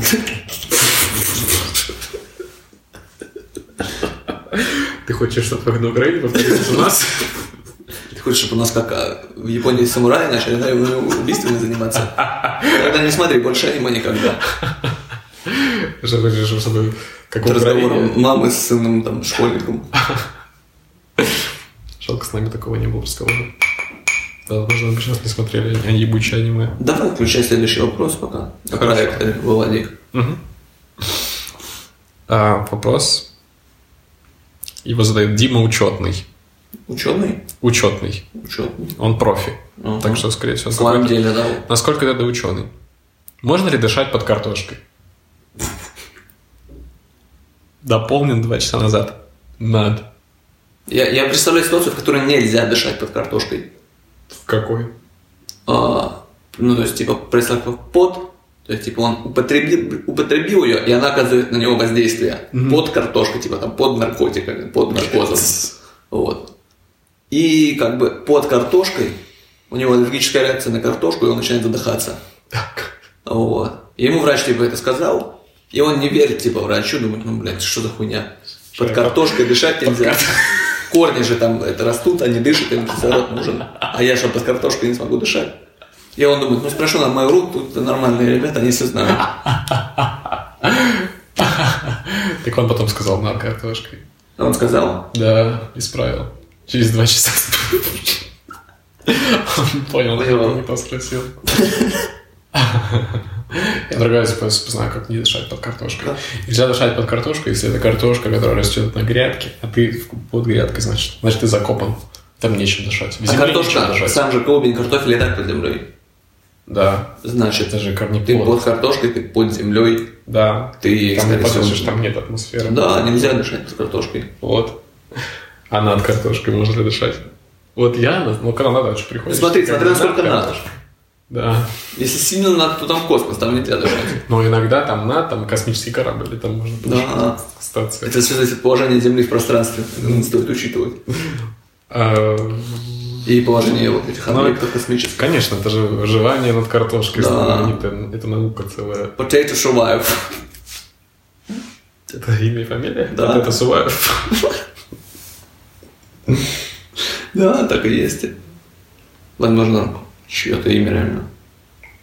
Speaker 1: Ты хочешь, чтобы как на Украине повторилось у нас?
Speaker 2: Ты хочешь, чтобы у нас как а, в Японии самураи начали да, убийствами заниматься? Тогда не смотри больше аниме никогда.
Speaker 1: Что хочешь, чтобы как в Украине?
Speaker 2: разговором мамы с сыном, там, школьником.
Speaker 1: Жалко, с нами такого не было разговора. Да, возможно, мы сейчас не смотрели а ебучее аниме.
Speaker 2: Давай включай следующий вопрос пока. Проекты, Владик.
Speaker 1: А, вопрос. Его задает Дима Учетный.
Speaker 2: Ученый?
Speaker 1: Учетный.
Speaker 2: Ученый.
Speaker 1: Он профи.
Speaker 2: Ага.
Speaker 1: Так что, скорее всего,
Speaker 2: На самом
Speaker 1: какой-то-
Speaker 2: деле, да.
Speaker 1: Насколько это ученый? Можно ли дышать под картошкой? Дополнен два часа назад. Над.
Speaker 2: Я, я представляю ситуацию, в которой нельзя дышать под картошкой.
Speaker 1: В какой?
Speaker 2: А, ну, то есть, типа, прислал пот, то есть, типа, он употребил, употребил ее, и она оказывает на него воздействие. Под картошкой, типа, там, под наркотиками, под наркозом. Вот. И, как бы, под картошкой у него аллергическая реакция на картошку, и он начинает задыхаться.
Speaker 1: Так.
Speaker 2: Вот. И Ему врач, типа, это сказал, и он не верит, типа, врачу, думает, ну, блядь, что за хуйня? Под
Speaker 1: Что,
Speaker 2: картошкой дышать нельзя. Корни же там это, растут, они дышат, им кислород нужен. А я что, под картошкой не смогу дышать? И он думает, ну спрошу на мою руку, тут нормальные ребята, они все знают.
Speaker 1: Так он потом сказал наркокартошкой.
Speaker 2: А Он сказал,
Speaker 1: Да, исправил. Через два часа. Он
Speaker 2: Ну
Speaker 1: понял, я его не то спросил. Я другой способ знаю, как не дышать под картошкой.
Speaker 2: Да.
Speaker 1: Нельзя дышать под картошкой, если это картошка, которая растет на грядке, а ты в- под грядкой, значит, значит ты закопан. Там нечем дышать. В
Speaker 2: а
Speaker 1: земле нечем
Speaker 2: картошка,
Speaker 1: дышать.
Speaker 2: сам же клубень картофеля и так под землей.
Speaker 1: Да.
Speaker 2: Значит,
Speaker 1: Это же
Speaker 2: ты
Speaker 1: корнеплод.
Speaker 2: под картошкой, ты под землей.
Speaker 1: Да.
Speaker 2: Ты,
Speaker 1: там не
Speaker 2: скорее всего,
Speaker 1: подышишь, там нет атмосферы.
Speaker 2: Да, нельзя дышать под картошкой.
Speaker 1: Вот. А над картошкой можно дышать. Вот я, ну, когда надо, что приходишь.
Speaker 2: Смотри,
Speaker 1: как
Speaker 2: смотри,
Speaker 1: бы,
Speaker 2: а насколько
Speaker 1: как-
Speaker 2: надо.
Speaker 1: Да.
Speaker 2: Если сильно надо, то там космос, там нельзя дышать.
Speaker 1: Но иногда там на, там космический корабль, и там можно дышать.
Speaker 2: Да.
Speaker 1: Стация.
Speaker 2: Это все зависит от положения Земли в пространстве. Это надо стоит учитывать.
Speaker 1: А,
Speaker 2: И положение вот этих
Speaker 1: Ну,
Speaker 2: объектов космических.
Speaker 1: конечно, это же выживание над картошкой.
Speaker 2: Да.
Speaker 1: знаменитое. Это наука целая.
Speaker 2: Potato survive.
Speaker 1: Это имя и фамилия?
Speaker 2: Да.
Speaker 1: Вот это Суваев.
Speaker 2: Да, так и есть. Возможно, чье-то имя реально.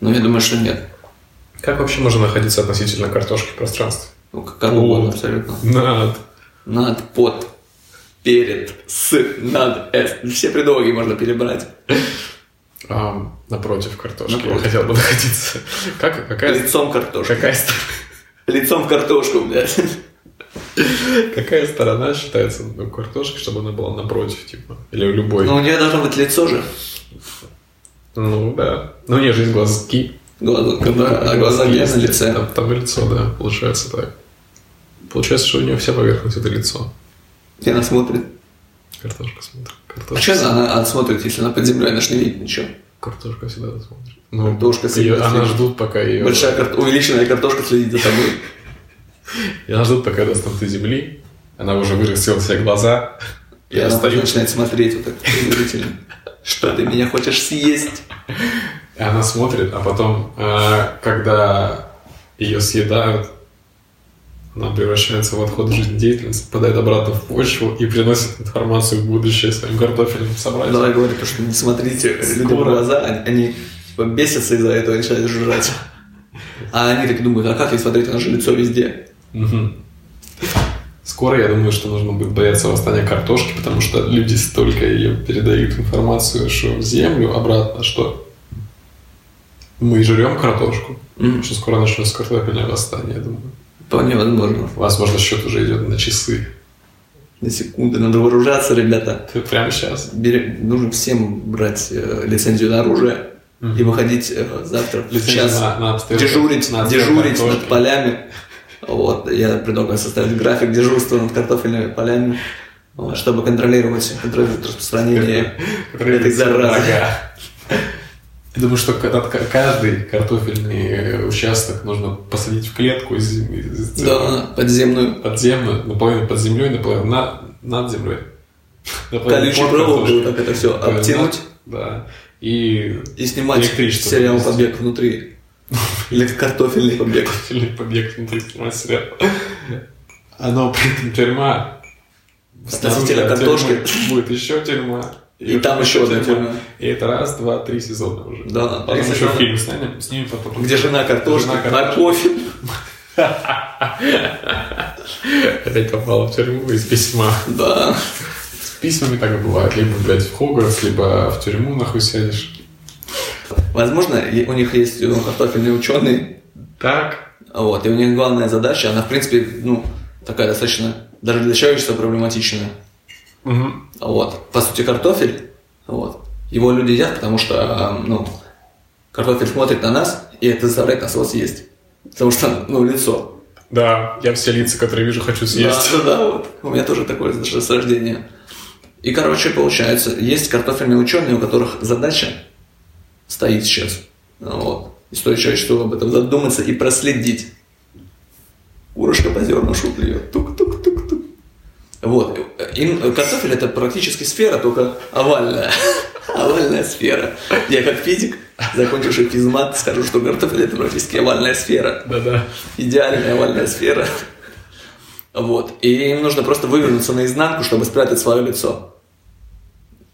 Speaker 2: Но я думаю, что нет.
Speaker 1: Как вообще можно находиться относительно картошки в пространстве?
Speaker 2: Ну, как как
Speaker 1: О.
Speaker 2: угодно абсолютно.
Speaker 1: Над.
Speaker 2: Над, под, перед, с, над, с. Все предлоги можно перебрать.
Speaker 1: а, напротив картошки. Я
Speaker 2: Напротив.
Speaker 1: хотел бы находиться. Как, какая,
Speaker 2: Лицом картошку.
Speaker 1: какая сторона?
Speaker 2: Лицом в картошку, блядь.
Speaker 1: Какая сторона считается ну, картошки, чтобы она была напротив, типа? Или у любой?
Speaker 2: Но
Speaker 1: Ну,
Speaker 2: у нее должно быть лицо же.
Speaker 1: да. Ну, не, жизнь глазки.
Speaker 2: Глаза, да, а глаза где на
Speaker 1: Есть.
Speaker 2: лице.
Speaker 1: Там, там и лицо, да, получается так. Получается, что у нее вся поверхность – это лицо.
Speaker 2: И она смотрит.
Speaker 1: Картошка смотрит. Картошка,
Speaker 2: Почему она, она смотрит, если она под землей, она же не видит ничего.
Speaker 1: картошка всегда смотрит. Ну,
Speaker 2: Картошка
Speaker 1: её-
Speaker 2: всегда
Speaker 1: Она
Speaker 2: следит.
Speaker 1: ждут, пока ее...
Speaker 2: Большая карт- увеличенная картошка следит за тобой.
Speaker 1: Она ждут, пока достанут из земли. Она уже вырастила все глаза.
Speaker 2: И
Speaker 1: Я
Speaker 2: она
Speaker 1: остаюсь.
Speaker 2: начинает смотреть вот так презрительно. Что ты меня хочешь съесть?
Speaker 1: И она смотрит, а потом, э, когда ее съедают, она превращается в отход жизнедеятельности, попадает обратно в почву и приносит информацию в будущее своим картофельным собратьям.
Speaker 2: Давай говорит, что не смотрите
Speaker 1: Типа,
Speaker 2: людям в
Speaker 1: Скоро.
Speaker 2: глаза, они, они типа, бесятся из-за этого и начинают жрать. А они так думают, а как ей смотреть, она же лицо везде.
Speaker 1: Мгм. Скоро, я думаю, что нужно будет бояться восстания картошки, потому что люди столько ее передают информацию, что в землю обратно, что мы жрем картошку,
Speaker 2: М,
Speaker 1: что скоро начнется картофельное восстание, я думаю.
Speaker 2: Вполне возможно.
Speaker 1: Возможно, счет уже идет на часы.
Speaker 2: На секунду, надо вооружаться, ребята.
Speaker 1: Ты прямо сейчас.
Speaker 2: Бере- Нужно всем брать э, лицензию на оружие и выходить э, завтра в
Speaker 1: Лицензию
Speaker 2: час
Speaker 1: на- на обстрел-
Speaker 2: дежурить,
Speaker 1: на обстрел
Speaker 2: дежурить
Speaker 1: картошки.
Speaker 2: над полями. Вот, я предлагаю составить график дежурства над картофельными полями, вот, чтобы контролировать, контролировать распространение этой заразы.
Speaker 1: Ага. Я думаю, что ка- над ка- каждый картофельный э, участок нужно посадить в клетку из, из- из-
Speaker 2: Да, подземную
Speaker 1: подземную, наполовину под землей, наполовину на, над землей. Наполовину
Speaker 2: колючую
Speaker 1: под
Speaker 2: проволоку,
Speaker 1: картошкой.
Speaker 2: так это все
Speaker 1: Наполовину
Speaker 2: обтянуть
Speaker 1: над- Да. И
Speaker 2: и снимать
Speaker 1: Электричество
Speaker 2: сериал
Speaker 1: вывести.
Speaker 2: «Побег внутри». Или «Картофельный побег».
Speaker 1: картофельный побег внутри тюрьмы сериал. Оно при этом тюрьма. снаружи
Speaker 2: Относительно
Speaker 1: от тюрьмы
Speaker 2: картошки.
Speaker 1: Будет еще тюрьма.
Speaker 2: И там еще одна тюрьма.
Speaker 1: И это раз, два, три сезона уже.
Speaker 2: Да,
Speaker 1: Потом
Speaker 2: три
Speaker 1: еще
Speaker 2: сезона.
Speaker 1: фильм снимем, снимем потом.
Speaker 2: Где жена картошки,
Speaker 1: Жена
Speaker 2: на
Speaker 1: картошки.
Speaker 2: кофе.
Speaker 1: Опять попала в тюрьму из письма.
Speaker 2: Да.
Speaker 1: С письмами так и бывает. Либо, блядь, в Хогвартс, либо в тюрьму нахуй сядешь.
Speaker 2: Возможно, и- у них есть ну, картофельные ученые,
Speaker 1: Так.
Speaker 2: вот, и у них главная задача, она, в принципе, ну, такая достаточно, даже для человечества проблематичная.
Speaker 1: Мгм.
Speaker 2: Вот, по сути, картофель, вот, его люди едят, потому что, эм, ну, картофель смотрит на нас, и это заставляет нас его съесть. Потому что, ну, лицо.
Speaker 1: Да, я все лица, которые вижу, хочу съесть.
Speaker 2: Да, да, да, вот. У меня тоже такое даже с рождения. И, короче, получается, есть картофельные ученые, у которых задача стоит сейчас. Вот. И стоит человечеству об этом задуматься и проследить. Курочка по зерну шут льет. Тук-тук-тук-тук. Вот. Им картофель это практически сфера, только овальная. Овальная сфера. Я как физик, закончивший физмат, скажу, что картофель это практически овальная сфера.
Speaker 1: Да-да.
Speaker 2: Идеальная овальная сфера. Вот. И им нужно просто вывернуться наизнанку, чтобы спрятать свое лицо.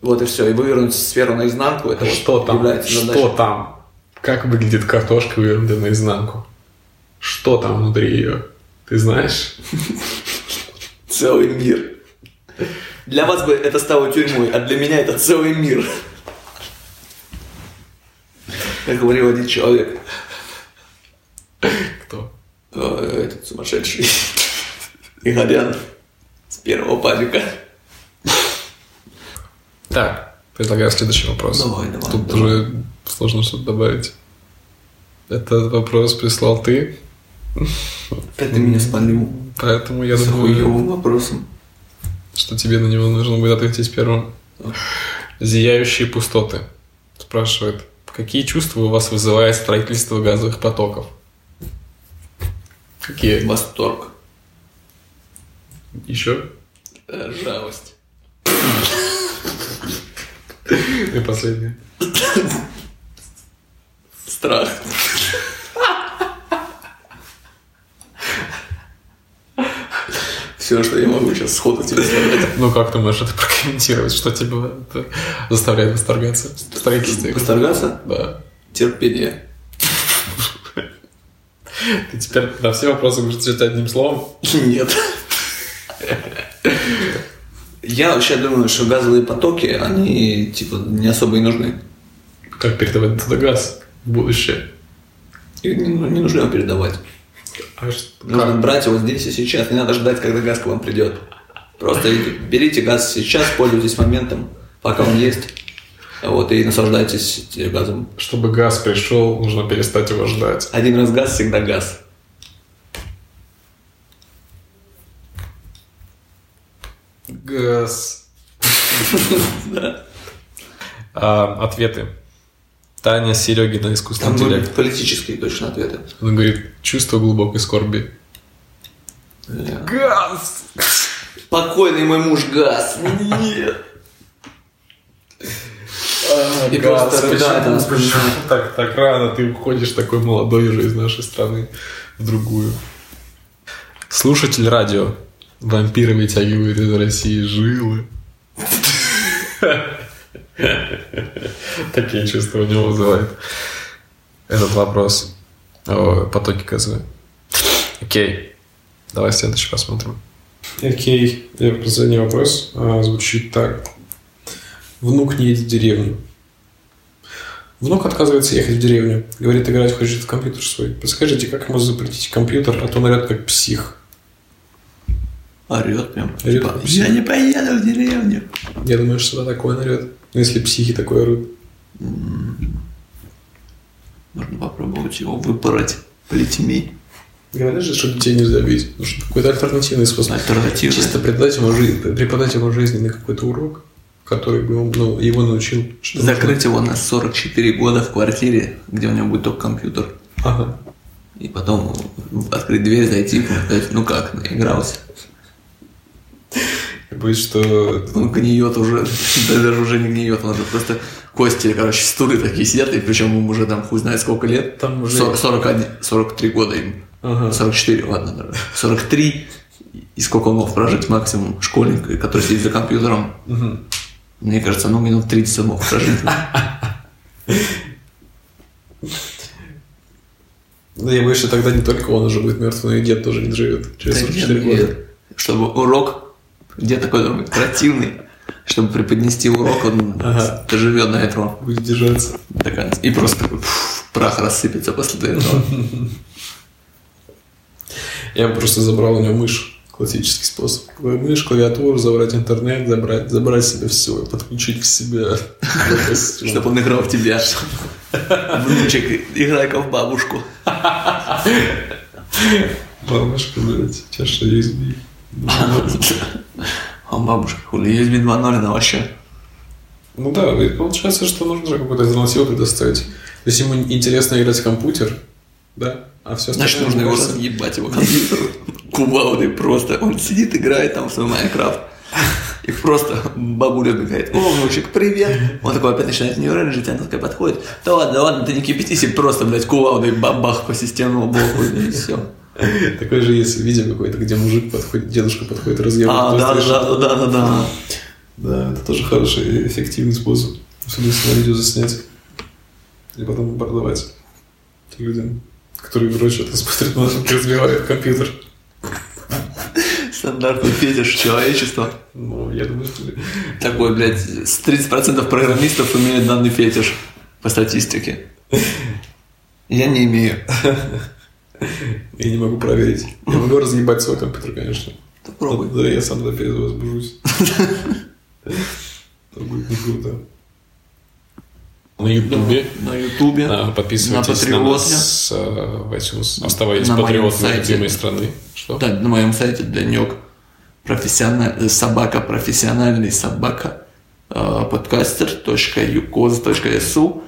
Speaker 2: Вот и все. И вывернуть сферу наизнанку. Это
Speaker 1: А
Speaker 2: вот
Speaker 1: что там?
Speaker 2: является
Speaker 1: Что
Speaker 2: задачей.
Speaker 1: там? Как выглядит картошка, вывернутая наизнанку? Что там внутри ее? Ты знаешь?
Speaker 2: Целый мир. Для вас бы это стало тюрьмой, а для меня это целый мир. Как говорил один человек,
Speaker 1: Кто?
Speaker 2: э, этот сумасшедший Игорян с первого паблика.
Speaker 1: Так, предлагаю следующий вопрос.
Speaker 2: Давай, давай.
Speaker 1: Тут
Speaker 2: Давай.
Speaker 1: уже сложно что-то добавить. Этот вопрос прислал ты,
Speaker 2: Опять ты меня спалил
Speaker 1: поэтому я
Speaker 2: с
Speaker 1: думаю,
Speaker 2: хуевым вопросом.
Speaker 1: что тебе на него нужно будет ответить первым. Зияющие пустоты. Спрашивает, какие чувства у вас вызывает строительство газовых потоков? Какие?
Speaker 2: Восторг.
Speaker 1: Еще?
Speaker 2: Э, Жалость.
Speaker 1: И последнее.
Speaker 2: Страх. Все, что я могу сейчас сходу тебе сказать.
Speaker 1: Ну как ты можешь это прокомментировать? Что тебя это заставляет восторгаться? в Строительстве?
Speaker 2: Восторгаться?
Speaker 1: Да.
Speaker 2: Терпение.
Speaker 1: Ты теперь на все вопросы будешь отвечать одним словом?
Speaker 2: Нет. Я вообще думаю, что газовые потоки, они типа не особо и нужны.
Speaker 1: Как передавать туда газ в будущее?
Speaker 2: И не, ну- не нужно его передавать.
Speaker 1: А что?
Speaker 2: Нужно брать его Ну, здесь и сейчас. Не надо ждать, когда газ к вам придет. Просто и- берите газ сейчас, пользуйтесь моментом, пока он есть. Вот, и наслаждайтесь этим газом.
Speaker 1: Чтобы газ пришел, нужно перестать его ждать.
Speaker 2: Один раз газ, всегда газ.
Speaker 1: Газ.
Speaker 2: Да.
Speaker 1: А, ответы. Таня Серегина,
Speaker 2: Там
Speaker 1: искусственный
Speaker 2: были
Speaker 1: интеллект.
Speaker 2: политические точно ответы.
Speaker 1: Он говорит, чувство глубокой скорби.
Speaker 2: Бля.
Speaker 1: Газ!
Speaker 2: Покойный мой муж газ. Ну, Нет. И просто рыдает она вспоминает.
Speaker 1: Так, так рано ты уходишь такой молодой уже из нашей страны в другую. Слушатель радио. Вампиры вытягивают из России жилы. Такие чувства у него вызывает этот вопрос. О, потоки газовые. Окей. Давай следующий посмотрим. Окей. Последний вопрос А, звучит так. Внук не едет в деревню. Внук отказывается ехать в деревню. Говорит, играть хочет в компьютер свой. Подскажите, как ему запретить компьютер, а то он орет как псих.
Speaker 2: Орет прям.
Speaker 1: Орёт.
Speaker 2: Типа, Я не поеду в деревню.
Speaker 1: Я думаю, что да, такое он орет. Ну, если психи такое орут.
Speaker 2: Можно попробовать его выпороть плетьми.
Speaker 1: Говорят же, что детей нельзя бить. Нужен какой-то альтернативный способ.
Speaker 2: Альтернативы.
Speaker 1: Чисто преподать ему, жи- преподать ему жизненный какой-то урок, который бы он, ну, его научил. что нужно-
Speaker 2: Закрыть его на 44 года в квартире, где у него будет только компьютер.
Speaker 1: Ага.
Speaker 2: И потом открыть дверь, зайти и сказать, ну как, наигрался.
Speaker 1: Боюсь, что...
Speaker 2: Он гниет уже, да даже уже не гниет, он уже просто кости, короче, стулы такие сидят, и причем им уже там хуй знает сколько лет.
Speaker 1: Там уже-
Speaker 2: Сор- 41, 43 года им.
Speaker 1: Ага.
Speaker 2: 44, ладно, даже. 43. И сколько он мог прожить максимум школьник, который сидит за компьютером?
Speaker 1: Мгм.
Speaker 2: Мне кажется, ну минут 30 он мог прожить.
Speaker 1: Да ну, я боюсь, что тогда не только он уже будет мертв, но и дед тоже не доживет. Через 44
Speaker 2: Нет,
Speaker 1: года.
Speaker 2: нет. Чтобы урок, где такой он противный, чтобы преподнести урок, он
Speaker 1: Ага.
Speaker 2: доживет до этого.
Speaker 1: Будет держаться.
Speaker 2: до конца. И просто такой пф, прах рассыпется после этого.
Speaker 1: Я просто забрал у него мышь. Классический способ. Мышь, клавиатуру, забрать интернет, забрать, забрать себе все, подключить к себе.
Speaker 2: Чтобы он играл в тебя. Внучек, играй-ка в бабушку.
Speaker 1: Бабушка, блядь, чаша USB.
Speaker 2: А Он бабушка, хули, USB 2.0, она вообще...
Speaker 1: Ну да, и получается, что нужно же какую-то альтернативу предоставить. То есть ему интересно играть в компьютер, да, а все
Speaker 2: Значит, нужно его разъебать, его компьютер. Кувалды просто. Он сидит, играет там в свой Майнкрафт. И просто бабуля говорит, о, внучек, привет. Он такой опять начинает нейрон жить, она такая подходит. Да ладно, да ладно, ты не кипятись, и просто, блядь, кувалдой бабах по системному блоку, и все.
Speaker 1: Такое же есть видео какое-то, где мужик подходит, дедушка подходит, разъебывает.
Speaker 2: А, да,
Speaker 1: PlayStation.
Speaker 2: да, да, да, да, да.
Speaker 1: Да, это тоже хороший и эффективный способ. Особенно на видео заснять. И потом продавать людям, которые дрочат и смотрят на нас, разбивают компьютер.
Speaker 2: Стандартный фетиш человечества.
Speaker 1: Ну, я думаю, что... ли.
Speaker 2: Такой, блядь, с 30% программистов имеют данный фетиш по статистике. Я не имею.
Speaker 1: Я не могу проверить. Я могу разъебать свой компьютер, конечно.
Speaker 2: Попробуй.
Speaker 1: Да, я сам опять возбужусь. Это будет не круто. На Ютубе.
Speaker 2: На Ютубе.
Speaker 1: А, Подписывайтесь на,
Speaker 2: Патриотне.
Speaker 1: нас э, в iTunes. Оставайтесь
Speaker 2: На моем
Speaker 1: патриотами
Speaker 2: сайте.
Speaker 1: любимой страны. Что?
Speaker 2: Да, на моем сайте Данек. Профессиональ... э, Собака, э, профессиональный собака подкастер.юкоз.су